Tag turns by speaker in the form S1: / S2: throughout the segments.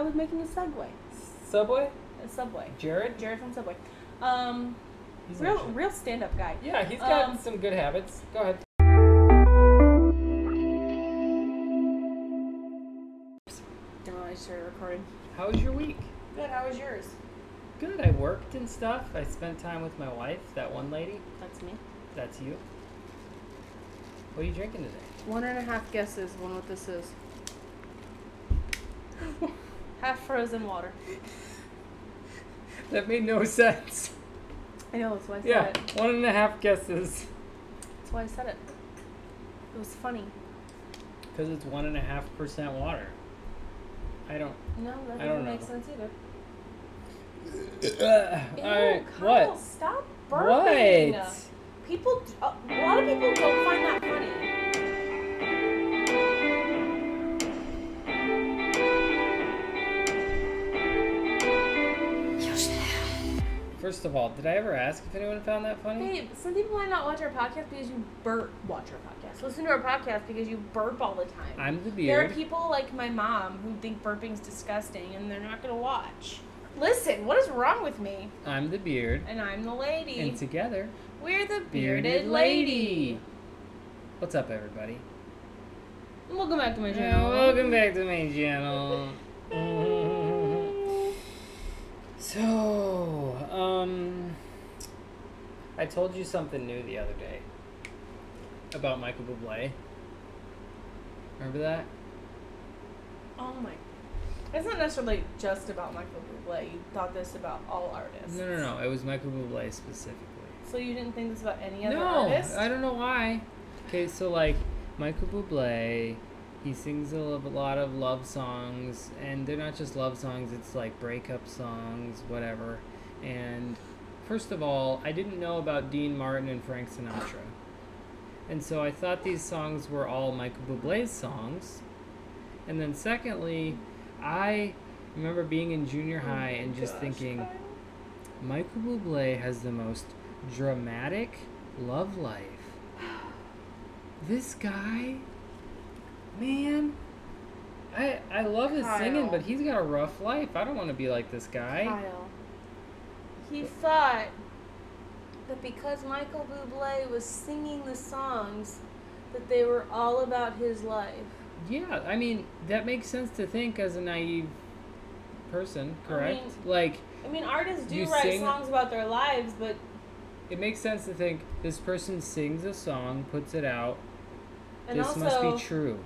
S1: was making a segue.
S2: Subway?
S1: A subway.
S2: Jared?
S1: Jared from Subway. Um,
S2: He's
S1: real,
S2: actually-
S1: real stand-up guy.
S2: Yeah, he's got
S1: Um,
S2: some good habits. Go ahead.
S1: No, I just started recording.
S2: How was your week?
S1: Good. How was yours?
S2: Good. I worked and stuff. I spent time with my wife, that one lady.
S1: That's me.
S2: That's you. What are you drinking today?
S1: One and a half guesses. One what this is. Half frozen water.
S2: That made no sense.
S1: I know. That's why I said
S2: Yeah,
S1: it.
S2: one and a half guesses.
S1: That's why I said it. It was funny.
S2: Because it's one and a half percent water. I don't.
S1: No, that
S2: I don't
S1: doesn't make
S2: know.
S1: sense either. Ew,
S2: All right.
S1: Kyle,
S2: What?
S1: Stop burping.
S2: What?
S1: People, d- a a lot of people don't find that funny.
S2: First of all, did I ever ask if anyone found that funny?
S1: Babe, some people might not watch our podcast because you burp. Watch our podcast. Listen to our podcast because you burp all the time.
S2: I'm the
S1: there are
S2: beard.
S1: people like my mom who think burping's disgusting and they're not gonna watch. Listen, what is wrong with me?
S2: I'm the beard.
S1: And I'm the lady.
S2: And together,
S1: We're the bearded,
S2: bearded,
S1: lady.
S2: lady. What's up, everybody?
S1: Welcome back to my
S2: Yeah,
S1: channel.
S2: welcome back to my channel. so, um, I told you something new the other day about Michael Bublé. Remember that?
S1: Oh my. It's not necessarily just about Michael Bublé. You thought this about all artists.
S2: No, no, no. It was Michael Bublé specifically.
S1: So you didn't think this about any other
S2: No,
S1: artist?
S2: I don't know why. Okay, so like Michael Bublé, he sings a lo- lot of love songs, and they're not just love songs; it's like breakup songs, whatever. And first of all, I didn't know about Dean Martin and Frank Sinatra, and so I thought these songs were all Michael Bublé's songs. And then secondly, I remember being in junior
S1: Oh
S2: high and just thinking. Michael Bublé has the most dramatic love life. This guy, man, I I love his singing,
S1: Kyle.
S2: but he's got a rough life. I don't want to be like this guy.
S1: Kyle. He thought that because Michael Bublé was singing the songs, that they were all about his life.
S2: Yeah, I mean that makes sense to think as a naive person,
S1: I
S2: correct?
S1: mean-
S2: like
S1: I mean, artists do
S2: You
S1: write
S2: sing-
S1: songs about their lives, but
S2: it makes sense to think this person sings a song, puts it out.
S1: and
S2: this
S1: also
S2: must be true.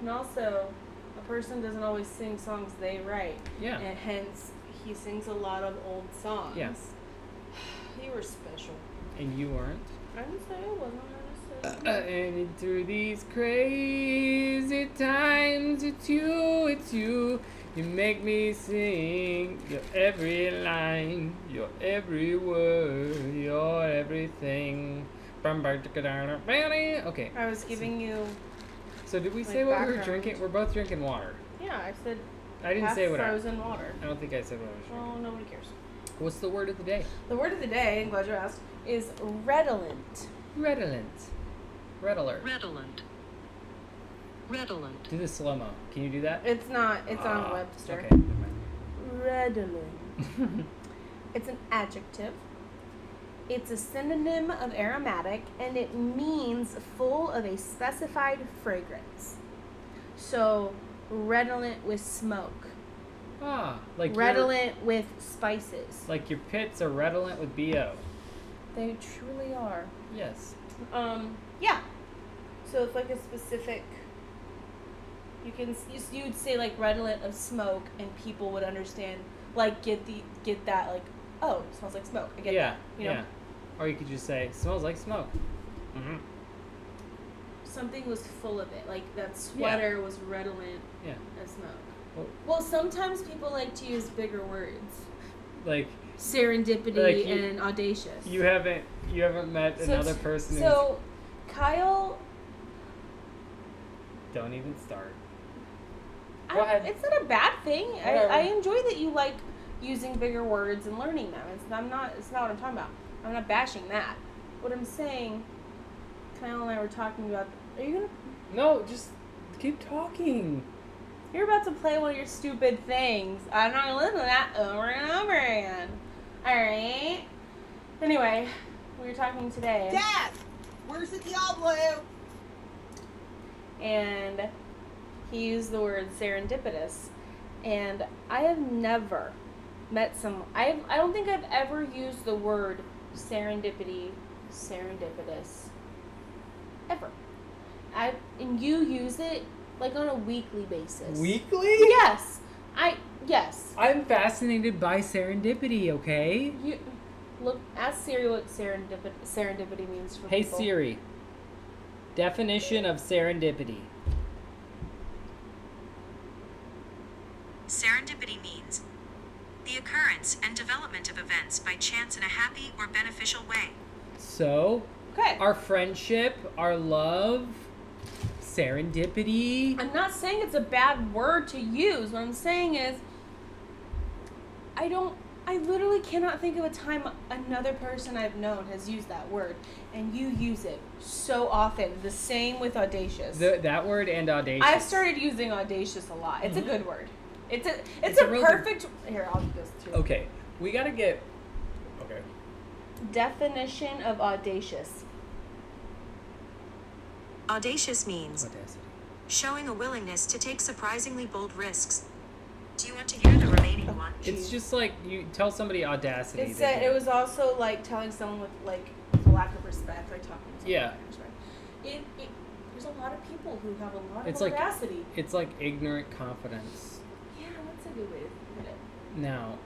S1: and also a person doesn't always sing songs they write.
S2: Yeah.
S1: And hence he sings a lot of old songs.
S2: Yeah.
S1: You were special.
S2: And you weren't.
S1: I didn't say I wasn't. I just
S2: Uh,
S1: said
S2: and through these crazy times, it's you, it's you. You make me sing your every line, your every word, your everything. Bum, bum, ticka, da, da, ba, dee. Okay,
S1: I was giving you.
S2: so did we
S1: Like
S2: say what we were
S1: background.
S2: drinking? We're both drinking water.
S1: Yeah, I said
S2: I didn't
S1: half
S2: say what I.
S1: frozen water.
S2: I don't think I said what I was drinking.
S1: Well, nobody cares.
S2: What's the word of the day?
S1: The word of the day, I'm glad you asked, is redolent.
S2: Redolent. Red alert.
S3: Redolent. Redolent.
S2: Do the slow mo. Can you do that?
S1: It's not. It's
S2: Ah,
S1: on Webster.
S2: Okay.
S1: Redolent. It's an adjective. It's a synonym of aromatic, and it means full of a specified fragrance. So, redolent with smoke.
S2: ah, like your-
S1: redolent with spices.
S2: Like your pits are redolent with BO.
S1: They truly are.
S2: Yes.
S1: Um, yeah. So it's like a specific. You can s- you- you'd say like redolent of smoke, and people would understand. Like get the get that like oh it smells like smoke. I get
S2: yeah.
S1: that. You
S2: yeah.
S1: know
S2: Or you could just say, smells like smoke. Mm-hmm.
S1: something was full of it. Like that sweater was redolent
S2: Yeah.
S1: of smoke.
S2: Well-
S1: Well, sometimes people like to use bigger words,
S2: Like
S1: serendipity
S2: Like you-
S1: and audacious.
S2: you haven't you haven't met
S1: So
S2: another
S1: t-
S2: person
S1: So, Kyle
S2: who's don't even start.
S1: I-
S2: Go ahead.
S1: It's not a bad thing. I,
S2: Whatever.
S1: I enjoy that you like using bigger words and learning them. It's, I'm not. It's not what I'm talking about. I'm not bashing that. What I'm saying, Kyle and I were talking about. Are you gonna?
S2: No, just keep talking.
S1: You're about to play one of your stupid things. I'm not gonna listen to that over and over again. Alright. Anyway, we were talking today.
S3: Dad, where's the Diablo?
S1: and he used the word serendipitous. And I have never met someone. I I don't think I've ever used the word serendipity, serendipitous, ever. I and you use it like on a weekly basis.
S2: Weekly?
S1: Yes, I yes.
S2: I'm fascinated by serendipity, okay?
S1: You look ask Siri what serendipity serendipity means for
S2: Hey
S1: people.
S2: Siri. Definition of serendipity.
S4: Serendipity means the occurrence and development of events by chance in a happy or beneficial way.
S2: So,
S1: Okay.
S2: our friendship, our love, serendipity.
S1: I'm not saying it's a bad word to use. What I'm saying is, I don't. I literally cannot think of a time another person I've known has used that word, and you use it so often. The same with audacious.
S2: The, that word and audacious.
S1: I've started using audacious a lot. It's
S2: Mhm.
S1: a good word. It's a it's,
S2: It's
S1: a,
S2: a real good-
S1: perfect. Here, I'll do this too.
S2: Okay, we gotta get. Okay.
S1: Definition of audacious.
S4: Audacious means
S2: Audacity.
S4: showing a willingness to take surprisingly bold risks. Do you want to hear the remaining one?
S2: It's just like you tell somebody audacity.
S1: It
S2: they
S1: said
S2: get
S1: it was also like telling someone with like the lack of respect, like talking to someone
S2: Yeah.
S1: with respect. It, it, there's a lot of people who have a lot
S2: It's
S1: of
S2: like-
S1: audacity.
S2: It's like ignorant confidence.
S1: yeah, that's a good way to put it.
S2: Now,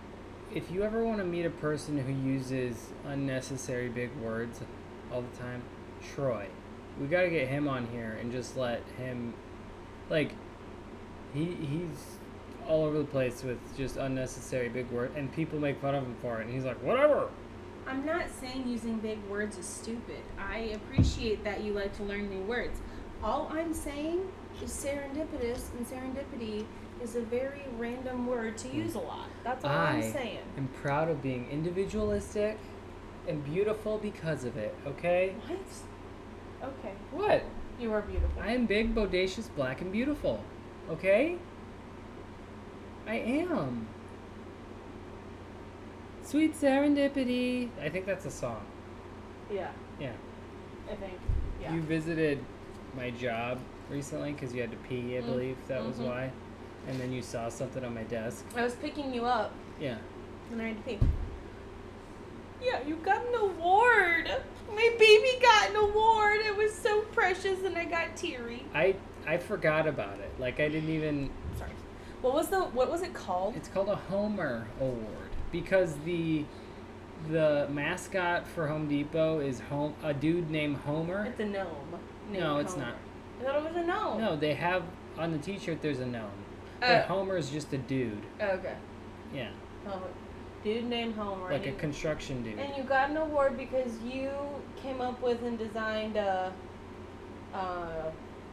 S2: if you ever want to meet a person who uses unnecessary big words all the time, Troy, we got to get him on here and just let him, like, he he's all over the place with just unnecessary big words, and people make fun of him for it, and he's like, whatever.
S1: I'm not saying using big words is stupid. I appreciate that you like to learn new words. All I'm saying is serendipitous, and serendipity is a very random word to use a lot. That's all
S2: Hmm. I
S1: am saying.
S2: am proud of being individualistic and beautiful because of it. Okay,
S1: What? Okay,
S2: what?
S1: you are beautiful.
S2: I am big, bodacious, black, and beautiful. Okay? I am. Sweet serendipity. I think that's a song.
S1: yeah,
S2: Yeah.
S1: I think. Yeah.
S2: You visited my job recently because you had to pee, I
S1: Mm,
S2: believe. That was
S1: mhm.
S2: why. And then you saw something on my desk.
S1: I was picking you up
S2: Yeah.
S1: and I had to pee. Yeah, you got an award. My baby got an award. It was so precious, and I got teary.
S2: I I forgot about it. Like I didn't even.
S1: Sorry. What was the what was it called?
S2: It's called a Homer Award because the the mascot for Home Depot is home a dude named Homer.
S1: It's a gnome.
S2: No, it's not.
S1: I thought it was a gnome. Uh,
S2: No, they have on the T-shirt. There's a gnome.
S1: Oh,
S2: but Homer's just a dude.
S1: oh, okay.
S2: Yeah,
S1: Homer. Dude named Homer.
S2: like a
S1: and,
S2: construction
S1: you,
S2: dude.
S1: and you got an award because you came up with and designed a uh,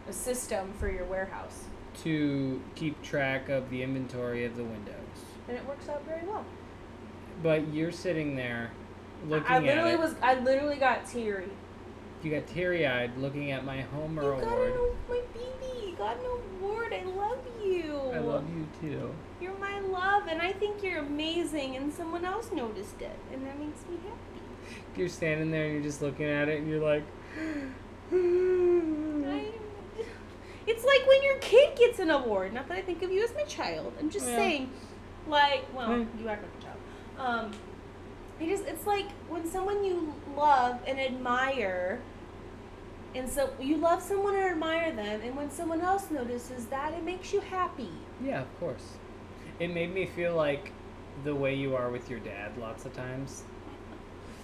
S1: a system for your warehouse,
S2: To keep track of the inventory of the windows.
S1: and it works out very well.
S2: But you're sitting there, looking
S1: I
S2: at
S1: literally
S2: it.
S1: was. I literally got teary.
S2: you got teary-eyed looking at my Homer
S1: You got an
S2: Award.
S1: award. My baby you got an award. I love you.
S2: I love you too.
S1: You're my love, and I think you're amazing. And someone else noticed it, and that makes me happy.
S2: You're standing there and you're just looking at it and you're like, Mm-hmm.
S1: I- It's like when your kid gets an award. Not that I think of you as my child. I'm just
S2: Yeah.
S1: saying, like, well,
S2: Mm.
S1: you act like a child. Um, I just, it's like when someone you love and admire, and so you love someone and admire them, and when someone else notices that, it makes you happy.
S2: yeah, of course. It made me feel like the way you are with your dad lots of times.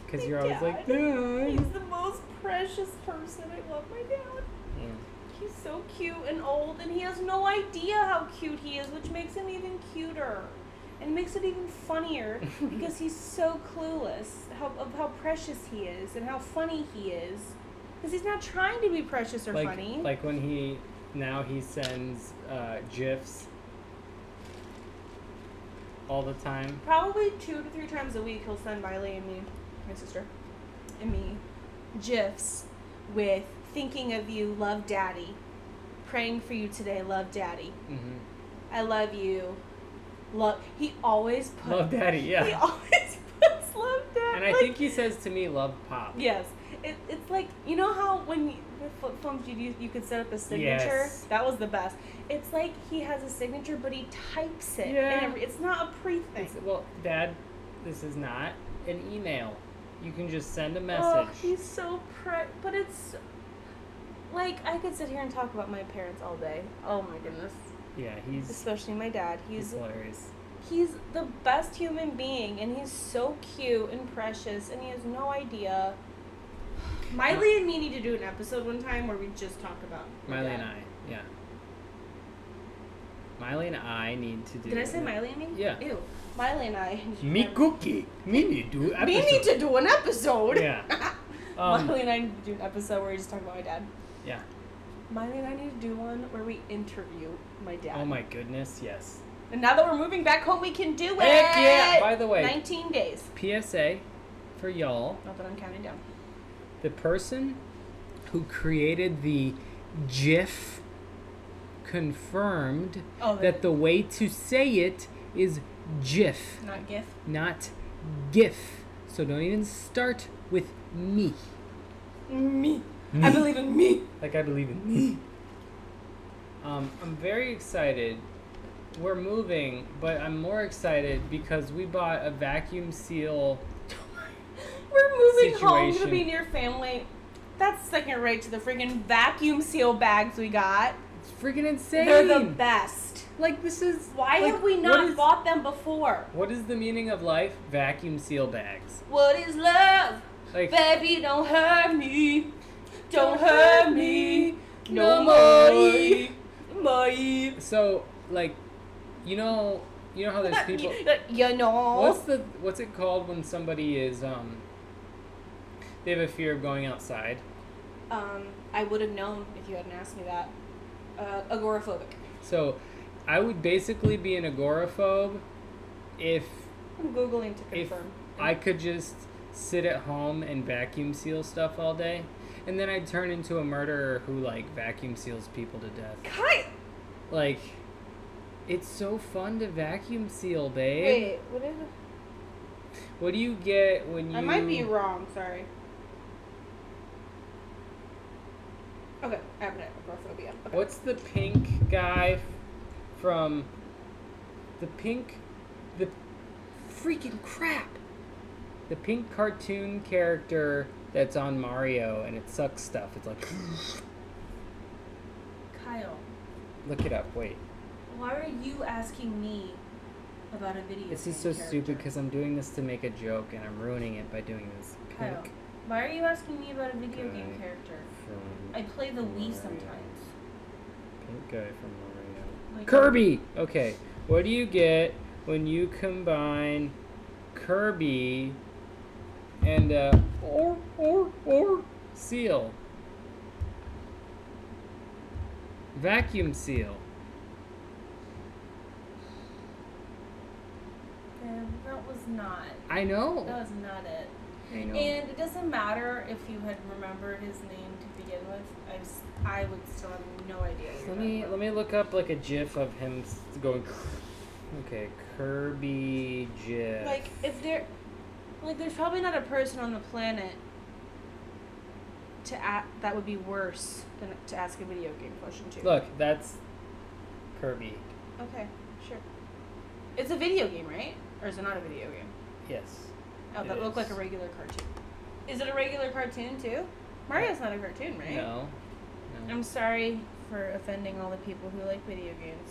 S2: Because
S1: My
S2: you're always like, Dad.
S1: He's the most precious person. I love my dad.
S2: Yeah.
S1: He's so cute and old, and he has no idea how cute he is, which makes him even cuter. And makes it even funnier because he's so clueless how, of how precious he is and how funny he is. Because he's not trying to be precious or
S2: like,
S1: funny.
S2: Like when he now he sends uh, gifs all the time.
S1: Probably two to three times a week, he'll send Miley and me, my sister, and me, gifs with thinking of you, love daddy, praying for you today, love daddy.
S2: hmm
S1: I love you. Love. He always puts.
S2: Love Daddy, yeah.
S1: He always puts love daddy.
S2: And I
S1: like,
S2: think he says to me, "Love Pop."
S1: Yes. It, it's like you know how when you, with flip phones you do- you could set up a signature.
S2: Yes.
S1: That was the best. It's like he has a signature, but he types it.
S2: Yeah.
S1: And it's not a pre thing.
S2: It's- well, Dad, this is not an email. You can just send a
S1: Oh,
S2: message.
S1: he's so pre. But it's like I could sit here and talk about my parents all day. Oh my goodness.
S2: yeah, he's,
S1: Especially my dad.
S2: he's
S1: He's
S2: hilarious.
S1: he's the best human being, and he's so cute and precious, and he has no idea. Miley and me need to do an episode one time where we just talk about my
S2: Miley
S1: dad.
S2: and I, yeah. Miley and I need to do.
S1: Did I say
S2: an-
S1: Miley and me?
S2: Yeah.
S1: Ew. Miley and I.
S2: Me cookie. Me need to.
S1: We need
S2: episode.
S1: to do an episode.
S2: Yeah. Um,
S1: Miley and I need to do an episode where we just talk about my dad.
S2: Yeah.
S1: Miley and I need to do one where we interview my dad.
S2: Oh my goodness, yes.
S1: And now that we're moving back home, we can do it.
S2: Heck yeah! By the way,
S1: 19 days.
S2: PSA for y'all.
S1: Not that I'm counting down.
S2: The person who created the GIF confirmed
S1: Oh,
S2: that the way to say it is GIF,
S1: not GIF.
S2: not GIF. So don't even start with me.
S1: Me.
S2: Me.
S1: I believe in me.
S2: Like I believe in me. Um, I'm very excited. We're moving, but I'm more excited because we bought a vacuum seal.
S1: We're moving home to
S2: Situation.
S1: be near family. That's second rate to the freaking vacuum seal bags we got.
S2: It's freaking insane.
S1: They're the best.
S2: like this is
S1: Why
S2: like,
S1: have we
S2: what
S1: not
S2: is-
S1: bought them before?
S2: What is the meaning of life? Vacuum seal bags.
S1: What is love?
S2: Like
S1: Baby, don't hurt me. Don't hurt me. No
S2: No
S1: more. More.
S2: so like you know you know how there's people
S1: You know.
S2: What's the what's it called when somebody is um they have a fear of going outside?
S1: Um, I would have known if you hadn't asked me that. Uh, agoraphobic.
S2: So I would basically be an agoraphobe if
S1: I'm googling to
S2: if
S1: confirm.
S2: I could just sit at home and vacuum seal stuff all day and then I'd turn into a murderer who like vacuum seals people to death.
S1: Kai.
S2: Like, it's so fun to vacuum seal, babe.
S1: Wait, what is?
S2: What do you get when you?
S1: I might be wrong. Sorry. Okay, I have an agoraphobia. Okay.
S2: What's the pink guy f- from? The pink, the freaking crap. The pink cartoon character that's on Mario and it sucks stuff. It's like,
S1: Kyle,
S2: look it up. Wait,
S1: why are you asking me about a video?
S2: this is so stupid because I'm doing this to make a joke and I'm ruining it by doing this.
S1: Kyle,
S2: Pink
S1: why are you asking me about a video
S2: game
S1: game character?
S2: from
S1: I play the
S2: Wii
S1: Wii
S2: Mario.
S1: sometimes.
S2: sometimes. pink guy from Mario. Kirby. Okay, what do you get when you combine Kirby and uh, or or or seal? Vacuum seal.
S1: that was not.
S2: I know.
S1: That was not it.
S2: I know.
S1: Uh, And it doesn't matter if you had remembered his name to begin with. I, s- I would still have no idea. what you're
S2: let me
S1: talking
S2: let me look up like a GIF of him s- going. Okay, Kirby
S1: about.
S2: GIF.
S1: Like if there, like there's probably not a person on the planet to a that would be worse than to ask a video game question to.
S2: Look, that's Kirby.
S1: Okay, sure. It's a video game, right? Or is it not a video game?
S2: Yes.
S1: Oh,
S2: It
S1: that looked like a
S2: is.
S1: regular cartoon. Is it a regular cartoon too? Mario's not a cartoon, right?
S2: No. no.
S1: I'm sorry for offending all the people who like video games.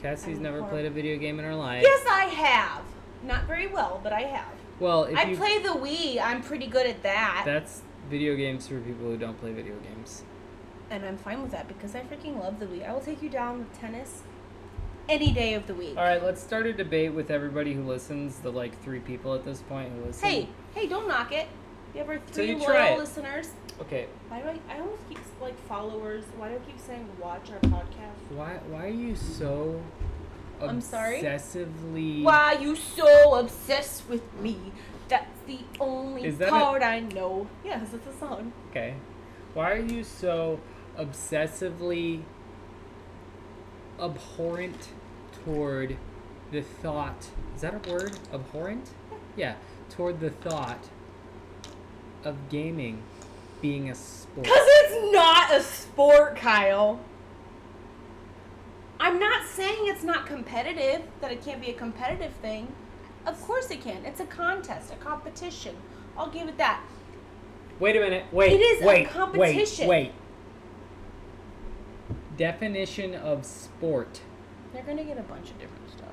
S2: Cassie's
S1: I'm
S2: never
S1: horrible.
S2: played a video game in her life.
S1: Yes, I have. Not very well, but I have.
S2: Well, if
S1: I
S2: you
S1: play the Wii. I'm pretty good at that.
S2: that's video games for people who don't play video games.
S1: And I'm fine with that because I freaking love the Wii. I will take you down with tennis any day of the week.
S2: All right, let's start a debate with everybody who listens. The like three people at this point who listen.
S1: Hey, hey, don't knock it. You have our three
S2: you
S1: loyal
S2: try it.
S1: listeners.
S2: Okay.
S1: Why do I, I always keep, like, followers. Why do I keep saying watch our podcast?
S2: Why why are you so?
S1: I'm sorry?
S2: Obsessively.
S1: Why you so obsessed with me? That's the only
S2: Is that
S1: part I know. Yes, it's a song.
S2: Okay. Why are you so obsessively abhorrent toward the thought. Is that a word? Abhorrent? Yeah, toward the thought of gaming being a sport.
S1: Because it's not a sport, Kyle. I'm not saying it's not competitive, that it can't be a competitive thing. Of course it can. It's a contest, a competition. I'll give it that.
S2: Wait a minute. Wait.
S1: It is a
S2: wait,
S1: competition.
S2: Wait. Wait. Definition of sport.
S1: They're going to get a bunch of different stuff.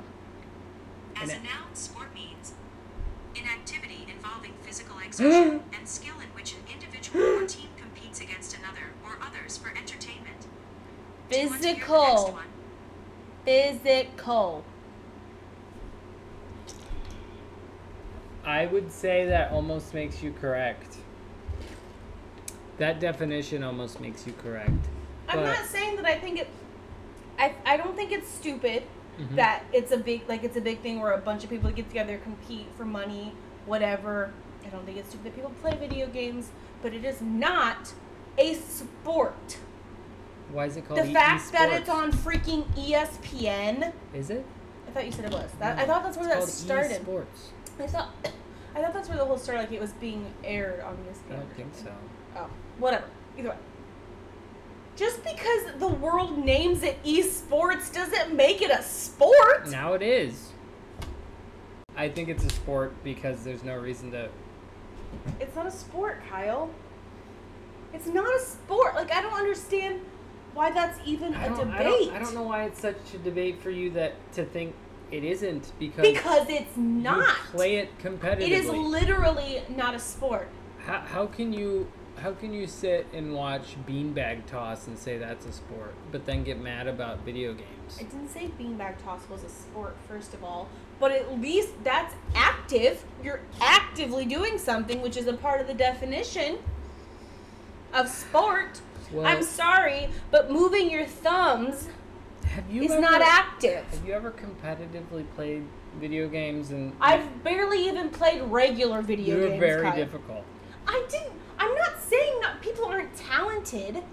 S4: As
S2: An
S4: a noun, sport means an activity involving physical exertion and skill in which an individual or team competes against another or others for entertainment. Do you want to hear the next
S1: Physical.
S4: one?
S1: Physical.
S2: I would say that almost makes you correct. That definition almost makes you correct.
S1: I'm
S2: But-
S1: not saying that I think it. I, I don't think it's stupid
S2: Mhm.
S1: that it's a big like it's a big thing where a bunch of people get together compete for money, whatever. I don't think it's stupid that people play video games, but it is not a sport.
S2: Why is it called
S1: the
S2: e-
S1: fact that it's
S2: esports?
S1: on freaking E ESPN.
S2: Is it? E
S1: I thought you said it was. That, I thought that's where that started.
S2: Sports.
S1: I thought I thought that's where the whole started. Like it was being aired on E ESPN.
S2: I
S1: or
S2: don't think
S1: something.
S2: so.
S1: Oh, whatever. Either way. Just because the world names it esports doesn't make it a sport.
S2: Now it is. I think it's a sport because there's no reason to.
S1: It's not a sport, Kyle. It's not a sport. Like I don't understand why that's even
S2: I
S1: a
S2: don't,
S1: debate.
S2: I don't, I don't know why it's such a debate for you that to think it isn't because,
S1: Because it's
S2: you
S1: not.
S2: play it competitively.
S1: It is literally not a sport.
S2: how, how can you how can you sit and watch beanbag toss and say that's a sport, but then get mad about video
S1: I
S2: games?
S1: didn't say beanbag toss was a sport, first of all, but at least that's active. You're actively doing something, which is a part of the definition of sport.
S2: Well,
S1: I'm sorry, but moving your thumbs
S2: have you
S1: is
S2: ever,
S1: not active.
S2: Have you ever competitively played video games and
S1: I've barely even played regular video
S2: you were
S1: games.
S2: very
S1: Kyle.
S2: difficult.
S1: I didn't. I'm not saying that people aren't talented.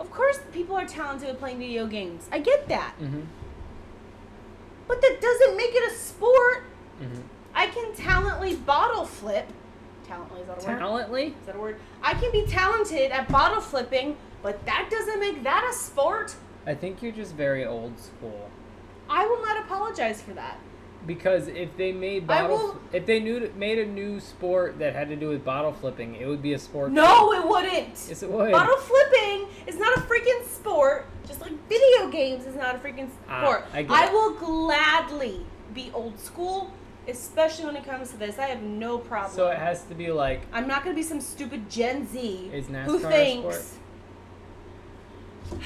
S1: Of course, people are talented at playing video games. I get that,
S2: Mm-hmm.
S1: but that doesn't make it a sport.
S2: Mm-hmm.
S1: I can talently bottle flip. Talently is that a word?
S2: Talently?
S1: Is that a word? I can be talented at bottle flipping, but that doesn't make that a sport.
S2: I think you're just very old school.
S1: I will not apologize for that.
S2: Because if they made
S1: I
S2: bottle,
S1: will-
S2: if they knew made a new sport that had to do with bottle flipping, it would be a sport.
S1: No, it wouldn't.
S2: yes, it would.
S1: Bottle flipping is not a freaking sport, just like video games is not a freaking
S2: Ah,
S1: sport.
S2: I get it.
S1: will gladly be old school, especially when it comes to this. I have no problem.
S2: so it has to be like
S1: I'm not going to be some stupid Gen Z
S2: Is
S1: who
S2: NASCAR a
S1: thinks.
S2: sport?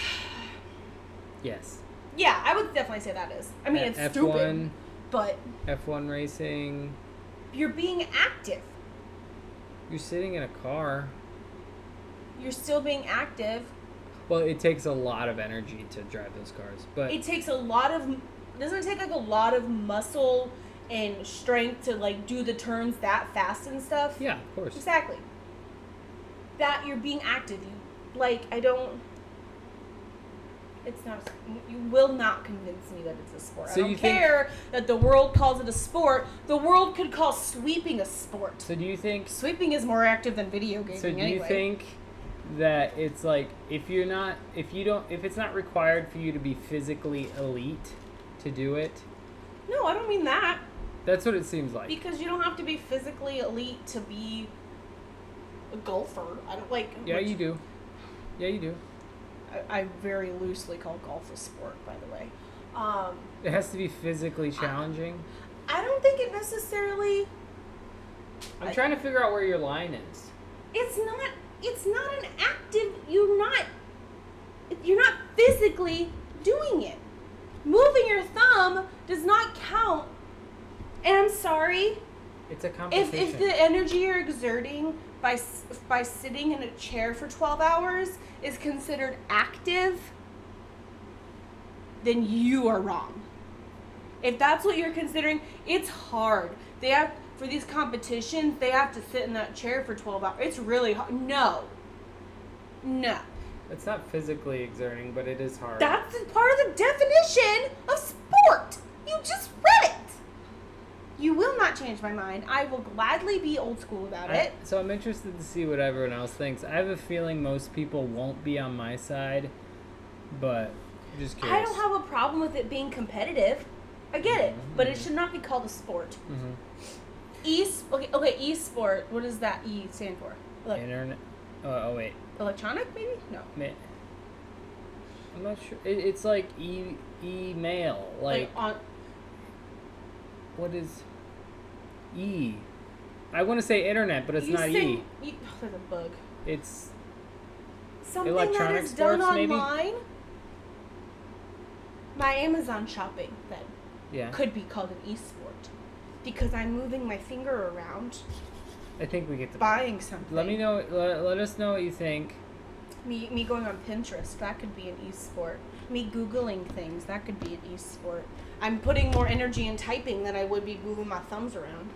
S2: yes.
S1: Yeah, I would definitely say that is. I mean, it's
S2: F
S1: stupid,
S2: one,
S1: but
S2: F one racing.
S1: you're being active.
S2: You're sitting in a car.
S1: You're still being active.
S2: Well, it takes a lot of energy to drive those cars, but
S1: It takes a lot of doesn't it take like a lot of muscle and strength to like do the turns that fast and stuff.
S2: yeah, of course.
S1: Exactly. That you're being active. You like I don't. It's not. You will not convince me that it's a sport.
S2: So
S1: I don't
S2: you think-
S1: care that the world calls it a sport. The world could call sweeping a sport.
S2: So do you think?
S1: Sweeping is more active than video gaming.
S2: So do
S1: anyway.
S2: you think that it's like if you're not if you don't if it's not required for you to be physically elite to do it?
S1: No, I don't mean that.
S2: That's what it seems like.
S1: Because you don't have to be physically elite to be a golfer. I don't like.
S2: yeah,
S1: which-
S2: you do. Yeah, you do.
S1: I, I very loosely call golf a sport, by the way. Um,
S2: It has to be physically challenging.
S1: I don't think it necessarily.
S2: I'm trying to figure out where your line is.
S1: It's not. It's not an active. You're not. You're not physically doing it. Moving your thumb does not count. And I'm sorry
S2: It's a competition.
S1: if if the energy you're exerting by s- by sitting in a chair for 12 hours is considered active, then you are wrong. If that's what you're considering, it's hard. They have for these competitions, they have to sit in that chair for 12 hours. It's really hard. No. No.
S2: It's not physically exerting, but it is hard.
S1: That's the part of the definition of sport. You just read it. You will not change my mind. I will gladly be old school about
S2: I-
S1: it.
S2: so I'm interested to see what everyone else thinks. I have a feeling most people won't be on my side, but I'm just curious.
S1: I don't have a problem with it being competitive. I get it, but it should not be called a sport.
S2: Mhm.
S1: E okay, okay, e-sport. What does that E stand for? Ele-
S2: internet. Oh, oh wait,
S1: electronic, maybe? No.
S2: Ma- I'm not sure. It, it's like e email. Like,
S1: Like, on.
S2: what is e? I want to say internet, but it's
S1: you
S2: not
S1: send-
S2: e.
S1: you- oh, there's a bug.
S2: It's
S1: Something
S2: Electronic
S1: that is done
S2: sports, maybe?
S1: online. My Amazon shopping then
S2: yeah.
S1: could be called an e-sport because I'm moving my finger around
S2: I think we get to.
S1: buying something.
S2: Let me know. Let, let us know what you think.
S1: Me, me going on Pinterest, that could be an e-sport. Me Googling things, that could be an e-sport. I'm putting more energy in typing than I would be moving my thumbs around.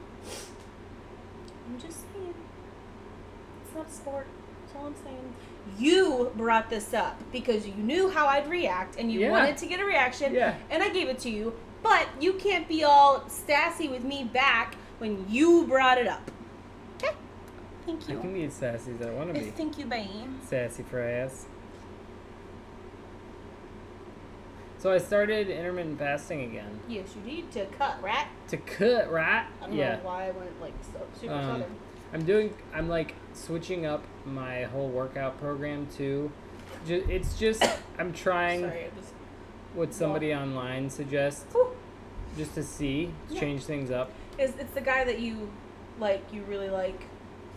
S1: I'm just saying. It's not a sport. That's all I'm saying. You brought this up because you knew how I'd react and you
S2: Yeah.
S1: wanted to get a reaction
S2: Yeah.
S1: and I gave it to you, but you can't be all sassy with me back when you brought it up. Okay? Thank
S2: I can
S1: you.
S2: be as sassy as I want to be.
S1: Thank you, Bane.
S2: Sassy for ass. So I started intermittent fasting again
S1: Yes, you need to cut, right?
S2: to cut, right?
S1: I don't
S2: yeah.
S1: know why I went like so, super
S2: Um,
S1: southern.
S2: I'm doing. I'm like switching up my whole workout program too. Ju- It's just I'm trying
S1: Sorry, I just.
S2: what somebody online suggests
S1: Whew.
S2: just to see to
S1: Yeah.
S2: change things up.
S1: It's, it's the guy that you like, you really like.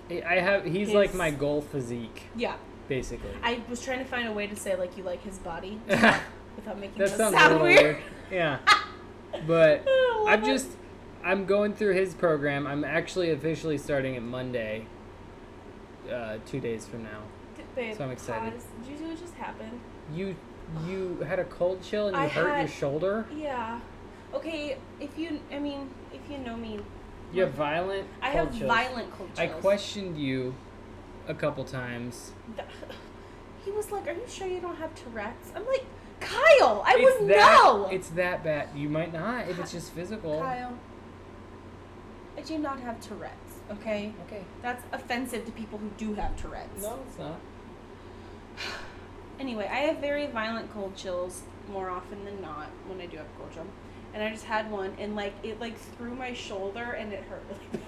S2: I I have. He's like
S1: His-
S2: my goal physique,
S1: Yeah,
S2: basically.
S1: I was trying to find a way to say like you like his body
S2: that
S1: without making
S2: sounds
S1: it
S2: a
S1: sound,
S2: little
S1: weird. Oh,
S2: weird. Yeah, but
S1: I love
S2: I'm
S1: it.
S2: just I'm going through his program. I'm actually officially starting it Monday. Uh, two days from now.
S1: Babe,
S2: so I'm excited.
S1: pause. Did you see what just happened?
S2: You you had a cold chill and you
S1: I
S2: hurt your
S1: had-
S2: shoulder.
S1: Yeah. Okay, if you, I mean, if you know me,
S2: You have violent.
S1: I
S2: cold
S1: have
S2: chills.
S1: violent cold
S2: I
S1: chills.
S2: questioned you a couple times.
S1: Th- He was like, "Are you sure you don't have Tourette's?" I'm like, "Kyle, I
S2: it's
S1: would
S2: that,
S1: know."
S2: It's that bad. You might not if it's just physical.
S1: Kyle, I do not have Tourette's, okay?
S2: Okay.
S1: That's offensive to people who do have Tourette's.
S2: No, it's not.
S1: Anyway, I have very violent cold chills more often than not when I do have a cold chill. And I just had one and like it like threw my shoulder and it hurt really bad.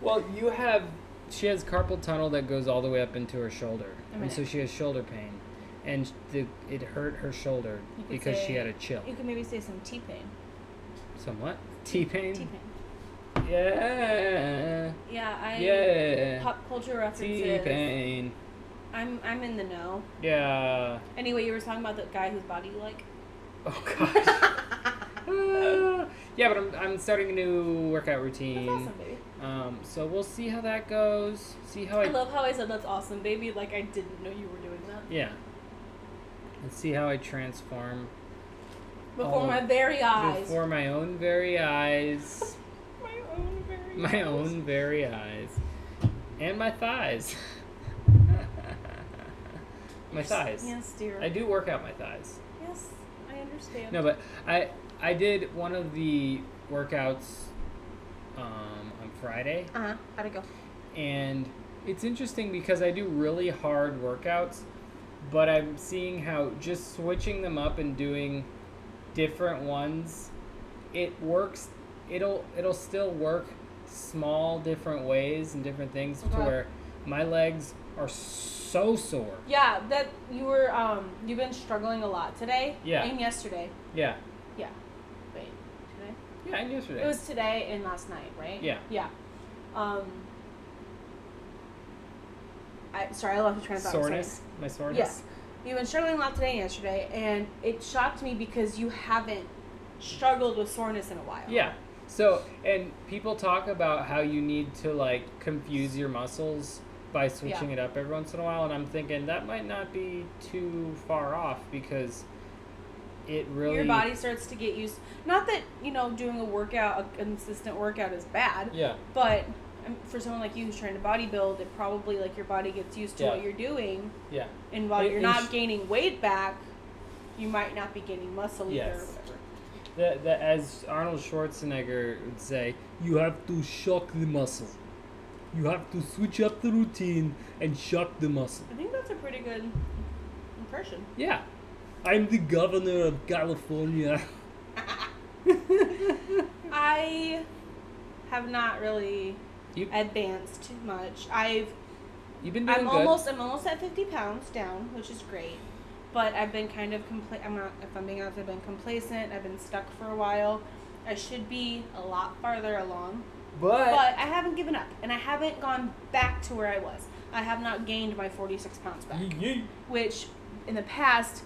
S2: Well, you have. She has carpal tunnel that goes all the way up into her shoulder,
S1: I'm
S2: and
S1: in
S2: so
S1: it.
S2: she has shoulder pain, and the, it hurt her shoulder
S1: You could
S2: because she
S1: say-
S2: had a chill.
S1: You could maybe say some T pain.
S2: Somewhat. T
S1: T
S2: pain.
S1: pain.
S2: Yeah.
S1: Yeah, I
S2: Yeah.
S1: pop culture references.
S2: T pain.
S1: I'm I'm in the know.
S2: Yeah.
S1: Anyway, you were talking about the guy whose body you like.
S2: Oh god. Uh, yeah, but I'm, I'm starting a new workout
S1: That's
S2: routine.
S1: awesome, baby.
S2: Um, so we'll see how that goes. See how I,
S1: I love how I said that's awesome, baby. Like I didn't know you were doing that.
S2: yeah, and see how I transform
S1: Before
S2: Oh.
S1: my very eyes.
S2: before my own very eyes,
S1: my own very
S2: my
S1: eyes.
S2: own very eyes, and my thighs. my thighs.
S1: Yes, dear.
S2: I do work out my thighs.
S1: Yes, I understand.
S2: No, but I I did one of the workouts um, on Friday.
S1: Uh huh. How'd it go?
S2: and it's interesting because I do really hard workouts, but I'm seeing how just switching them up and doing different ones, it works. It'll it'll still work small different ways and different things to
S1: Okay.
S2: where my legs are so sore.
S1: Yeah, that you were um you've been struggling a lot today.
S2: Yeah.
S1: And yesterday.
S2: Yeah,
S1: Yeah. Wait. Today.
S2: yeah, and yesterday.
S1: It was today and last night, right?
S2: Yeah.
S1: Yeah. Um. I sorry, I lost the train of thought. I'm sorry.
S2: soreness, my soreness.
S1: Yes. You've been struggling a lot today and yesterday, and it shocked me because you haven't struggled with soreness in a while.
S2: Yeah. So, and people talk about how you need to like confuse your muscles by switching it up every once in a while, and I'm thinking that might not be too far off because it really
S1: Your body starts to get used. Not that you know doing a workout, a consistent workout, is bad.
S2: Yeah.
S1: But um, for someone like you who's trying to bodybuild, it probably like your body gets used to
S2: Yeah.
S1: what you're doing,
S2: Yeah.
S1: and while
S2: It-
S1: you're
S2: it
S1: not
S2: sh-
S1: gaining weight back, you might not be gaining muscle either. Or
S2: Yes.
S1: whatever.
S2: The, the, as Arnold Schwarzenegger would say, you have to shock the muscle. You have to switch up the routine and shock the muscle.
S1: I think that's a pretty good impression.
S2: Yeah. I'm the governor of California.
S1: I have not really
S2: You-
S1: advanced much. I've
S2: You've been doing
S1: I'm
S2: good.
S1: almost I'm almost at 50 pounds down, which is great. But I've been kind of compla- I'm not if I'm being honest, I've been complacent. I've been stuck for a while. I should be a lot farther along,
S2: but,
S1: but I haven't given up, and I haven't gone back to where I was. I have not gained my 46 pounds back,
S2: Yee, yee.
S1: which in the past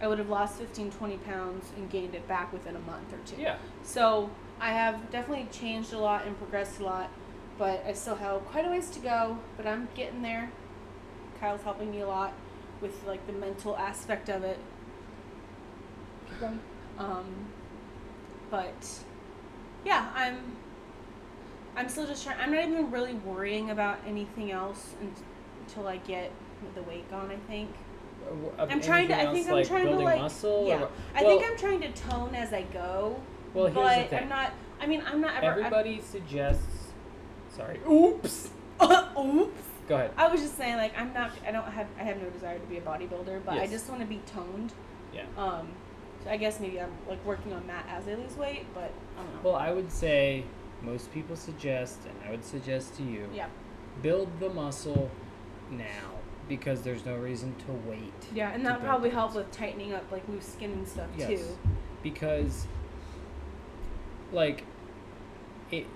S1: I would have lost 15, 20 pounds and gained it back within a month or two.
S2: yeah.
S1: So I have definitely changed a lot and progressed a lot, but I still have quite a ways to go. But I'm getting there. Kyle's helping me a lot with like the mental aspect of it. Um, but yeah, I'm. I'm still just trying. I'm not even really worrying about anything else un- until I get the weight gone. I think. I'm trying to. I think I'm trying to like. yeah. I think I'm trying to tone as I go.
S2: Well, here's the
S1: but
S2: thing.
S1: I'm not. I mean, I'm not ever.
S2: Everybody suggests. Sorry. Oops.
S1: oops.
S2: Go ahead.
S1: I was just saying, like, I'm not. I don't have. I have no desire to be a bodybuilder, but I
S2: Yes.
S1: just want to be toned.
S2: Yeah.
S1: Um. So I guess maybe I'm like working on that as I lose weight, but I don't know.
S2: Well, I would say most people suggest, and I would suggest to you,
S1: yeah.
S2: build the muscle now because there's no reason to wait.
S1: Yeah, and
S2: to
S1: that
S2: build
S1: probably
S2: it.
S1: helps with tightening up like loose skin and stuff
S2: Yes.
S1: too.
S2: Because, like, it.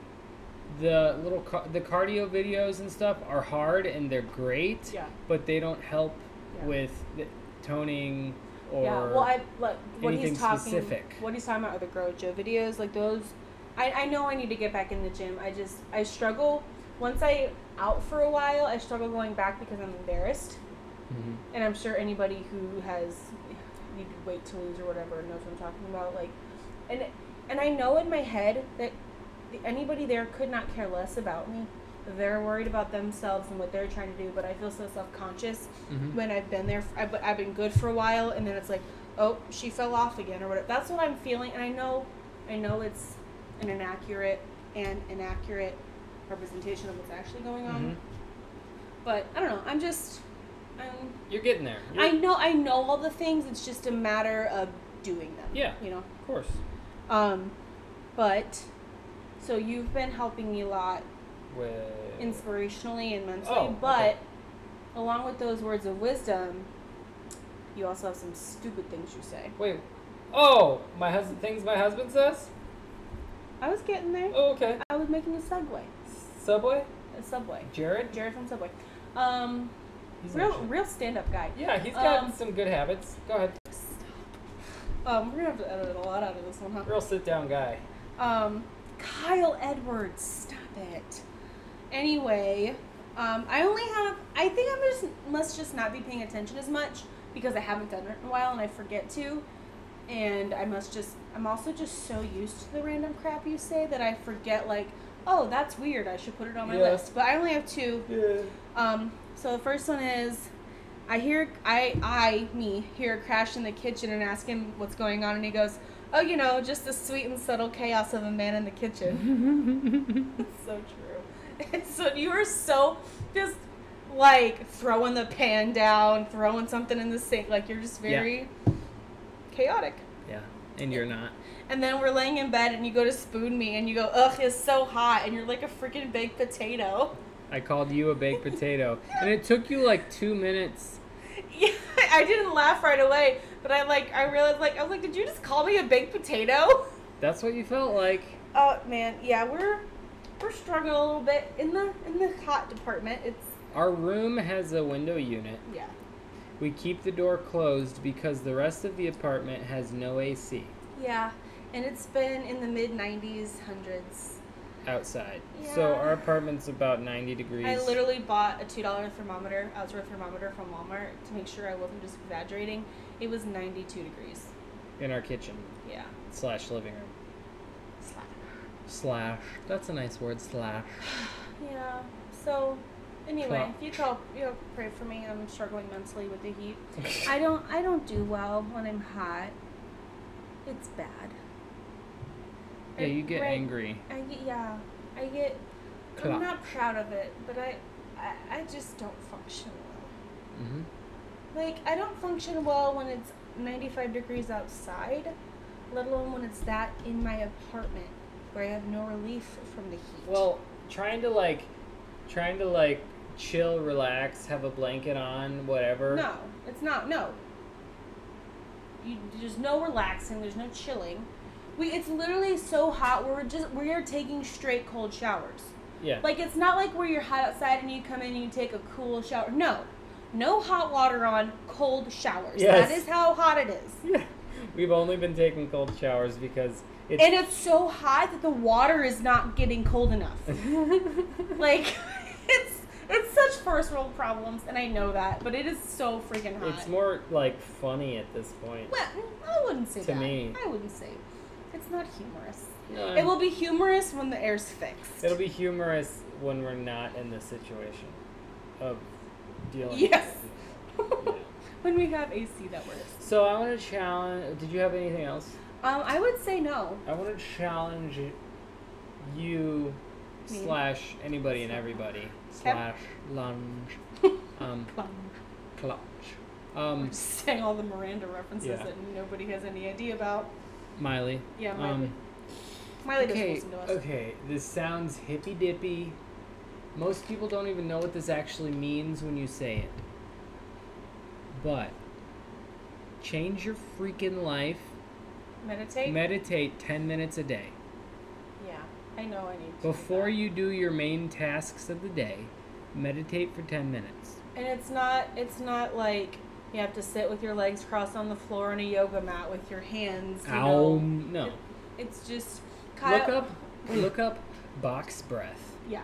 S2: The little ca- the cardio videos and stuff are hard and they're great,
S1: Yeah.
S2: but they don't help
S1: Yeah.
S2: with the toning or
S1: yeah. Well, I like what
S2: anything
S1: he's talking.
S2: specific.
S1: What he's talking about are the Grow Joe videos, like those. I, I know I need to get back in the gym. I just I struggle once I out for a while. I struggle going back because I'm embarrassed.
S2: Mhm.
S1: and I'm sure anybody who has needed weight to lose or whatever knows what I'm talking about. Like, and and I know in my head that the- anybody there could not care less about me. They're worried about themselves and what they're trying to do, but I feel so self conscious
S2: Mhm.
S1: when I've been there. I've, I've been good for a while, and then it's like, oh, she fell off again or whatever. That's what I'm feeling, and I know, I know it's an inaccurate and inaccurate representation of what's actually going on.
S2: Mhm.
S1: But I don't know. I'm just, I'm
S2: You're getting there. You're-
S1: I know I know all the things. It's just a matter of doing them.
S2: Yeah.
S1: You know.
S2: Of course.
S1: Um, but so you've been helping me a lot
S2: With
S1: inspirationally and mentally,
S2: Oh, okay.
S1: but along with those words of wisdom, you also have some stupid things you say.
S2: Wait. Oh, my husband. Things my husband says.
S1: I was getting there.
S2: Oh, okay.
S1: I was making a segue.
S2: Subway.
S1: A subway.
S2: Jared.
S1: Jared from Subway. Um,
S2: He's
S1: real
S2: actually-
S1: real stand up guy.
S2: Yeah, he's got
S1: Um,
S2: some good habits. Go ahead.
S1: Um, we're gonna have to edit a lot out of this one, huh?
S2: Real sit down guy.
S1: Um, Kyle Edwards, stop it. Anyway, um, I only have. I think I am just must just not be paying attention as much because I haven't done it in a while and I forget to. And I must just. I'm also just so used to the random crap you say that I forget. Like, oh, that's weird. I should put it on my
S2: Yeah.
S1: list. But I only have two.
S2: Yeah.
S1: Um, so the first one is, I hear I I me hear a crash in the kitchen and ask him what's going on, and he goes, "Oh, you know, just the sweet and subtle chaos of a man in the kitchen." it's so true. It's so you are so just like throwing the pan down, throwing something in the sink, like you're just
S2: Yeah.
S1: very chaotic.
S2: Yeah, and you're not.
S1: And then we're laying in bed, and you go to spoon me, and you go, "Ugh, it's so hot," and you're like a freaking baked potato.
S2: I called you a baked potato, and it took you like two minutes.
S1: Yeah, I didn't laugh right away, but I like I realized like I was like, did you just call me a baked potato?
S2: That's what you felt like.
S1: Oh man, yeah, we're we're struggling a little bit in the in the hot department. It's
S2: Our room has a window unit.
S1: yeah.
S2: We keep the door closed because the rest of the apartment has no AC
S1: Yeah. And it's been in the mid nineties, hundreds.
S2: outside. So
S1: Yeah.
S2: our apartment's about 90 degrees.
S1: I literally bought a two dollar thermometer, outdoor thermometer from Walmart to make sure I wasn't just exaggerating. It was ninety two degrees.
S2: in our kitchen
S1: Yeah.
S2: slash living room
S1: Slap.
S2: slash. That's a nice word. Slash.
S1: Yeah. So, anyway,
S2: Cool.
S1: if you call, you know, pray for me. I'm struggling mentally with the heat. I don't. I don't do well when I'm hot. It's bad.
S2: yeah, you get
S1: Right.
S2: angry.
S1: I get. Yeah. I get.
S2: Clap.
S1: I'm not proud of it, but I, I, I just don't function well.
S2: hmm
S1: Like I don't function well when it's 95 degrees outside, let alone when it's that in my apartment where I have no relief from the heat.
S2: Well, trying to like, trying to like chill, relax, have a blanket on, whatever.
S1: No, it's not. No. You, there's no relaxing. There's no chilling. We. It's literally so hot. We're just we are taking straight cold showers.
S2: Yeah.
S1: Like it's not like where you're hot outside and you come in and you take a cool shower. No, no hot water on. Cold showers.
S2: Yes.
S1: That is how hot it is.
S2: Yeah. We've only been taking cold showers because it's
S1: And it's so hot that the water is not getting cold enough. like, it's it's such first world problems, and I know that, but it is so freaking hot.
S2: it's more like funny at this point.
S1: Well, I wouldn't say
S2: To
S1: that.
S2: me.
S1: I wouldn't say. It's not humorous.
S2: No,
S1: It will be humorous when the air's fixed.
S2: It'll be humorous when we're not in this situation of dealing.
S1: Yes.
S2: With it. Yeah.
S1: when we have AC that works.
S2: So I want to challenge. Did you have anything else?
S1: Um, I would say no.
S2: I want to challenge you
S1: Me.
S2: slash anybody and everybody slash lunge um clutch um
S1: Saying all the Miranda references
S2: Yeah.
S1: that nobody has any idea about.
S2: Miley.
S1: Yeah, Miley.
S2: Um,
S1: Miley
S2: okay,
S1: doesn't listen to us.
S2: okay. This sounds hippy dippy. Most people don't even know what this actually means when you say it. But change your freaking life.
S1: Meditate.
S2: Meditate 10 minutes a day.
S1: yeah, I know I need to. do
S2: Before
S1: that.
S2: you do your main tasks of the day, meditate for 10 minutes.
S1: And it's not. It's not like you have to sit with your legs crossed on the floor on a yoga mat with your hands. You
S2: Ow,
S1: know.
S2: no.
S1: It's just.
S2: Look
S1: Kyle-
S2: up look up box breath.
S1: Yeah.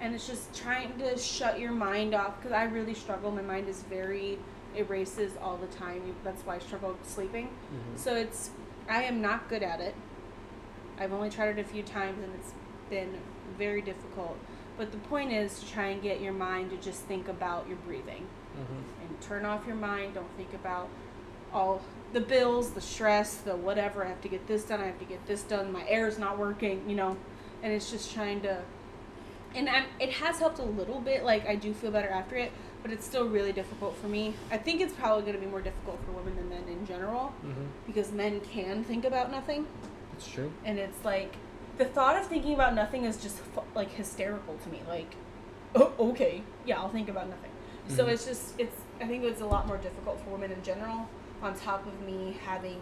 S1: And it's just trying to shut your mind off because I really struggle. My mind is very, it races all the time. That's why I struggle sleeping. So it's, I am not good at it. I've only tried it a few times and it's been very difficult. But the point is to try and get your mind to just think about your breathing and turn off your mind. Don't think about all the bills, the stress, the whatever. I have to get this done. I have to get this done. My air is not working, you know. And it's just trying to. And I'm, it has helped a little bit. Like, I do feel better after it, but it's still really difficult for me. I think it's probably going to be more difficult for women than men in general
S2: Mm-hmm.
S1: because men can think about nothing.
S2: It's true.
S1: And it's like, the thought of thinking about nothing is just fu- like hysterical to me. Like, oh, okay, yeah, I'll think about nothing. So
S2: Mhm.
S1: it's just it's I think it's a lot more difficult for women in general. On top of me having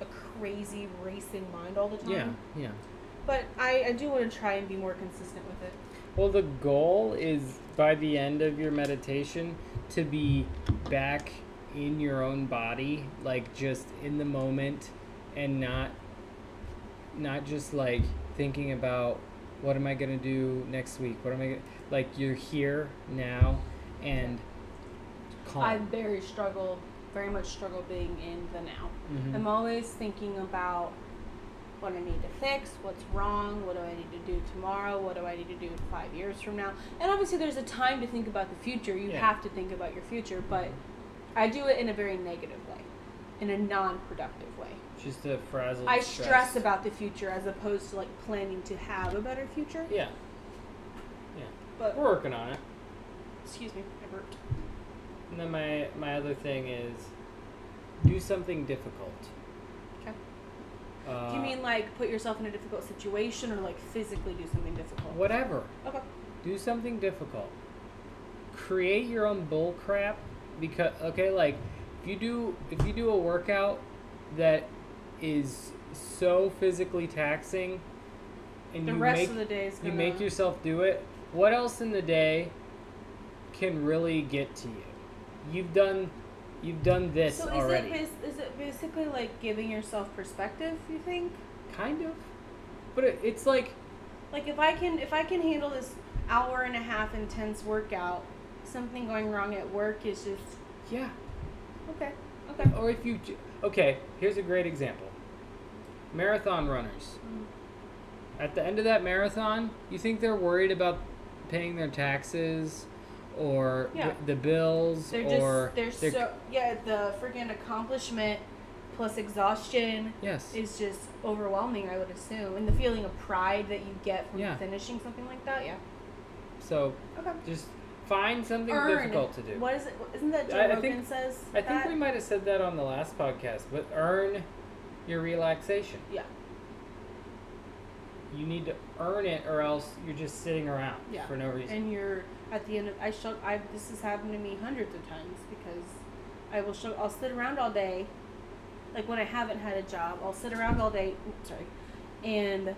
S1: a crazy racing mind all the time.
S2: Yeah, yeah.
S1: But I, I do want to try and be more consistent with it.
S2: Well, the goal is by the end of your meditation to be back in your own body, like just in the moment and not not just like thinking about what am I going to do next week? What am I gonna, like you're here now and calm.
S1: I very struggle very much struggle being in the now.
S2: Mhm.
S1: I'm always thinking about what I need to fix, what's wrong, what do I need to do tomorrow, what do I need to do five years from now. And obviously, there's a time to think about the future. You
S2: Yeah.
S1: have to think about your future, but I do it in a very negative way, in a non productive way.
S2: just a frazzled
S1: I stress about the future as opposed to like planning to have a better future.
S2: Yeah.
S1: But,
S2: We're working on it.
S1: excuse me, I burped.
S2: And then my my other thing is do something difficult.
S1: Okay.
S2: Uh,
S1: do you mean like put yourself in a difficult situation or like physically do something difficult?
S2: whatever?
S1: Okay.
S2: Do something difficult. Create your own bull crap because okay, like if you do if you do a workout that is so physically taxing and
S1: The
S2: you
S1: rest
S2: make
S1: of the day is
S2: you
S1: gonna
S2: make yourself do it, what else in the day can really get to you? You've done you've done this
S1: So is
S2: already.
S1: it bas- is it basically like giving yourself perspective? You think
S2: Kind of. But it, it's like
S1: like if I can if I can handle this hour and a half intense workout, something going wrong at work is just
S2: yeah,
S1: okay, okay.
S2: or if
S1: Mm.
S2: you j- okay, here's a great example. Marathon runners. At the end of that marathon, you think they're worried about paying their taxes or
S1: Yeah.
S2: th- the bills
S1: They're
S2: or
S1: just they're, so yeah. The freaking accomplishment plus exhaustion
S2: yes.
S1: is just overwhelming. I would assume, and the feeling of pride that you get from
S2: Yeah.
S1: finishing something like that. Yeah.
S2: So
S1: Okay.
S2: just find something
S1: Earn.
S2: difficult to do.
S1: What is it? Isn't that Joe
S2: I- I
S1: Rogan
S2: think-
S1: says?
S2: I think
S1: that?
S2: we might have said that on the last podcast, but earn your relaxation.
S1: Yeah.
S2: You need to earn it, or else you're just sitting around
S1: Yeah.
S2: for no reason.
S1: and you're at the end of I shall I this has happened to me hundreds of times because I will show I'll sit around all day like when I haven't had a job I'll sit around all day oops, sorry and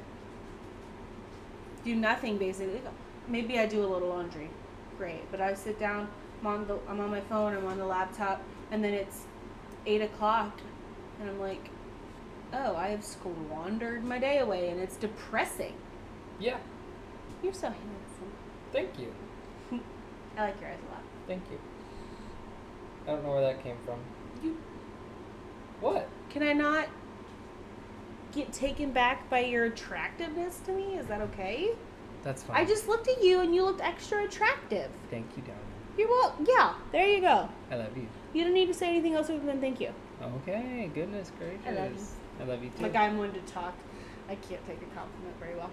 S1: do nothing basically maybe I do a little laundry great but I sit down I'm on the I'm on my phone I'm on the laptop and then it's eight o'clock and I'm like oh I have squandered my day away and it's depressing
S2: yeah.
S1: you're so handsome
S2: Thank you.
S1: I like your eyes a lot.
S2: Thank you. I don't know where that came from.
S1: You-
S2: What?
S1: Can I not get taken back by your attractiveness to me? Is that okay?
S2: That's fine.
S1: I just looked at you and you looked extra attractive.
S2: Thank you, darling.
S1: You're well, yeah, there you go.
S2: I love you.
S1: You don't need to say anything else other than thank you.
S2: Okay. Goodness gracious.
S1: I love you.
S2: I love you too.
S1: Like, I'm one to talk. I can't take a compliment very well.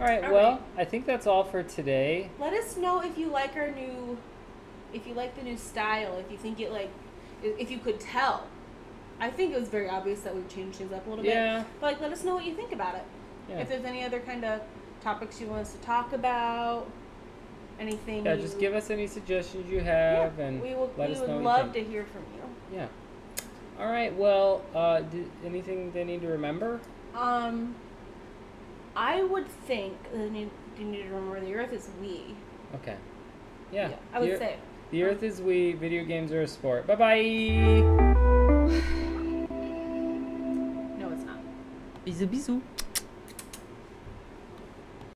S2: All right.
S1: All
S2: well, I think that's all for today.
S1: Let us know if you like our new, if you like the new style, if you think it like, i- if you could tell. I think it was very obvious that we've changed things up a little
S2: Yeah.
S1: bit. But like, let us know what you think about it.
S2: Yeah.
S1: If there's any other kind of topics you want us to talk about, anything.
S2: Yeah, just give us any suggestions you have,
S1: yeah,
S2: and
S1: we will.
S2: let
S1: we
S2: us
S1: would
S2: know. what
S1: love
S2: you
S1: to hear from you.
S2: think. Yeah. All right. Well, uh, do, anything they need to remember?
S1: Um, I would think that you need, you need to remember the Earth is we.
S2: Okay. Yeah.
S1: I would
S2: the,
S1: say.
S2: The Earth is we. Video games are a sport. Bye bye.
S1: No, it's not.
S2: Bisous bisous.